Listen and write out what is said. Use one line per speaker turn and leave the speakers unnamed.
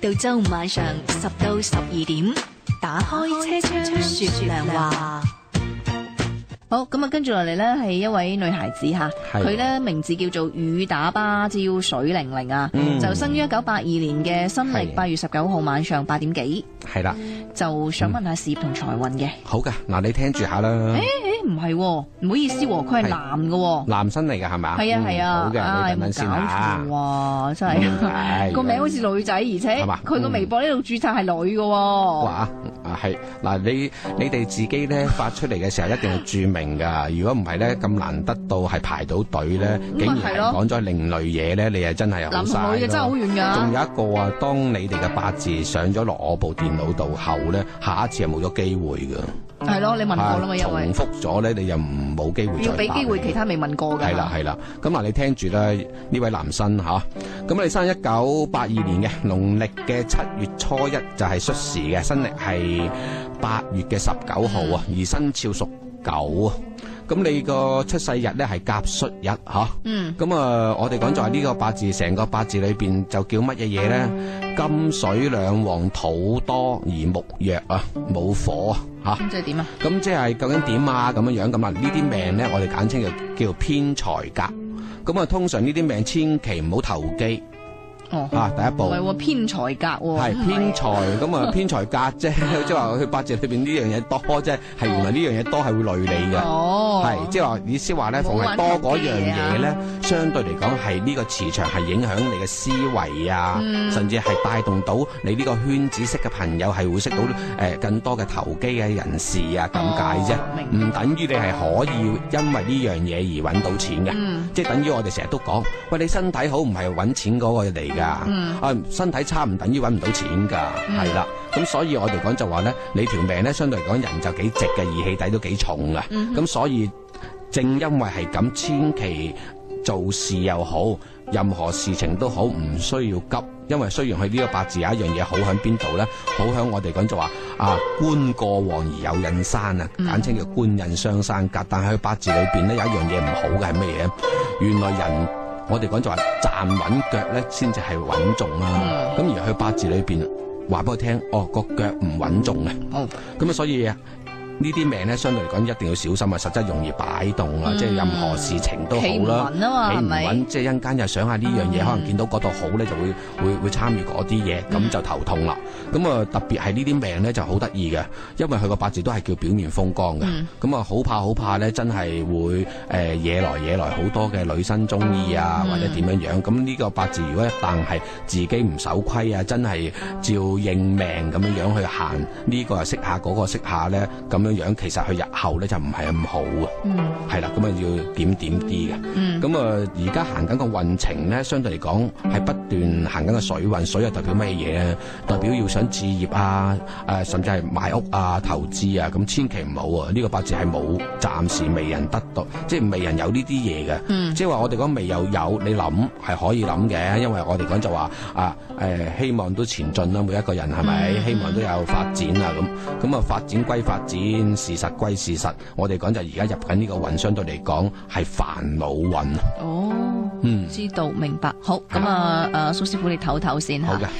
到周五晚上十到十二點，打開車窗說亮話。
好咁啊，跟住落嚟呢係一位女孩子吓，
係
佢呢名字叫做雨打芭蕉水玲玲啊，
嗯
就生於一九八二年嘅新曆
係
八月十九號晚上八點幾，
係啦，
就想問下事業同財運嘅。
好噶，嗱你聽住下啦，
誒唔係喎，唔好意思喎，佢係
嗯係
男嘅喎。
男生嚟㗎係嘛？
係啊係
嗯
啊
好，嘅，
啊
你
有
等等
冇
先
搞錯
嚇。
啊？真 係
唉
個名好似女仔，而且
係嘛
佢個
嗯
微博呢度註冊係女嘅喎。
哇啊係嗱，你你哋 自己咧發出嚟嘅時候一定要注明㗎，如果唔係咧咁難得到係排到隊咧，
哦咪
竟
係
然
咯
係講咗另類嘢咧，你係真係好
男同
嘥
女嘅真係好
咯。
遠㗎。
仲有一個啊，當你哋嘅八字上咗落我部電腦度後咧，下一次係冇咗機會㗎。
係咯，你問過啦嘛，
啊
因為
重複咗咧，你又唔冇機會再
要俾機會
答
其他未問過㗎。
係啦，係啦，咁嗱，你聽住啦，呢位男生吓，咁啊你生一九八二年嘅，農曆嘅七月初一就係戌時嘅，新曆係八月嘅十九號啊，而生肖屬狗啊，咁你個出世日咧係甲戌日吓，
嗯，
咁啊，我哋講就係呢個八字，成個八字裏邊就叫乜嘢嘢咧？金水兩旺，土多而木弱啊，冇火啊，吓。
咁即係點啊？
咁即係究竟點啊？咁樣樣咁啦，呢啲命咧，我哋簡稱就叫偏財格。咁啊，通常呢啲命千祈唔好投機
哦，
啊！第一
唔
步
係喎，偏財格喎。
係
唔
偏財，咁啊偏財格啫， 即係話佢八字裏邊呢樣嘢多啫，係原來呢樣嘢多係會累你嘅。
哦，
係，即係話意思話咧，
冇
逢係
玩
多嗰
投機
樣
嘢啊
嘢咧，相對嚟講係呢個磁場係影響你嘅思維啊，
嗯
甚至係帶動到你呢個圈子識嘅朋友係會識到誒、呃更多嘅投機嘅人士啊，咁解啫
嗯哦，
唔、
明
等於你係可以因為呢樣嘢而揾到錢嘅。
嗯
即係等於我哋成日都講，喂你身體好唔係揾錢嗰個嚟㗎，
嗯
啊身體差唔等於揾唔到錢㗎，
嗯
係啦、咁所以我哋講就話咧，你條命咧相對嚟講人就幾直嘅，義氣底都幾重啊㗎，咁、
嗯
所以正因為係咁，千祈做事又好，任何事情都好，唔需要急。因為雖然佢呢個八字有一樣嘢好喺邊度咧，好喺我哋講就話啊官過旺而有印山啊，
嗯
簡稱叫官印雙山格。但係佢八字裏邊咧有一樣嘢唔好嘅係咩嘢呢？原來人我哋講就話站穩腳咧先至係穩重
嗯
啦。咁、而佢八字裏邊話俾我聽，哦個腳唔穩重嘅。
哦，
咁啊，所以呢啲命咧，相對嚟講一定要小心啊，實質容易擺動啊，
嗯
即係任何事情都
企唔
好啦。
穩啊嘛，
企
係
唔
咪
穩，？即係一陣間又想下呢樣嘢，
嗯
可能見到嗰度好咧，就會會會參與嗰啲嘢，咁就頭痛啦。咁啊，特別係呢啲命咧就好得意嘅，因為佢個八字都係叫表面風光嘅
嗯，
咁啊好怕好怕咧，真係會誒、呃惹來惹來好多嘅女生中意啊，
嗯
或者點樣樣。咁呢個八字如果一旦係自己唔守規啊，真係照應命咁樣樣去行，呢、個又識下，嗰、個識下咧，咁樣樣其實佢日後咧就唔係咁好啊，
嗯
係啦，咁啊要點點啲嘅。
嗯，
咁啊，而家行緊個運程咧，相對嚟講係不斷行緊個水運，水又代表咩嘢咧？代表要想置業啊，誒、甚至係買屋啊、投資啊，咁千祈唔好啊！呢、個八字係冇，暫時未人得到，即係未人有呢啲嘢嘅。
嗯
即係話我哋講未有有，你諗係可以諗嘅，因為我哋講就話啊誒、希望都前進啦，每一個人係咪？
嗯
希望都有發展啊咁，咁啊發展歸發展，事實歸事實。我哋講就而家入緊呢個運，相對嚟講係煩惱運。
哦，
嗯，
知道明白。好，咁啊，誒，蘇師傅你唞唞先
好
吓
嘅。，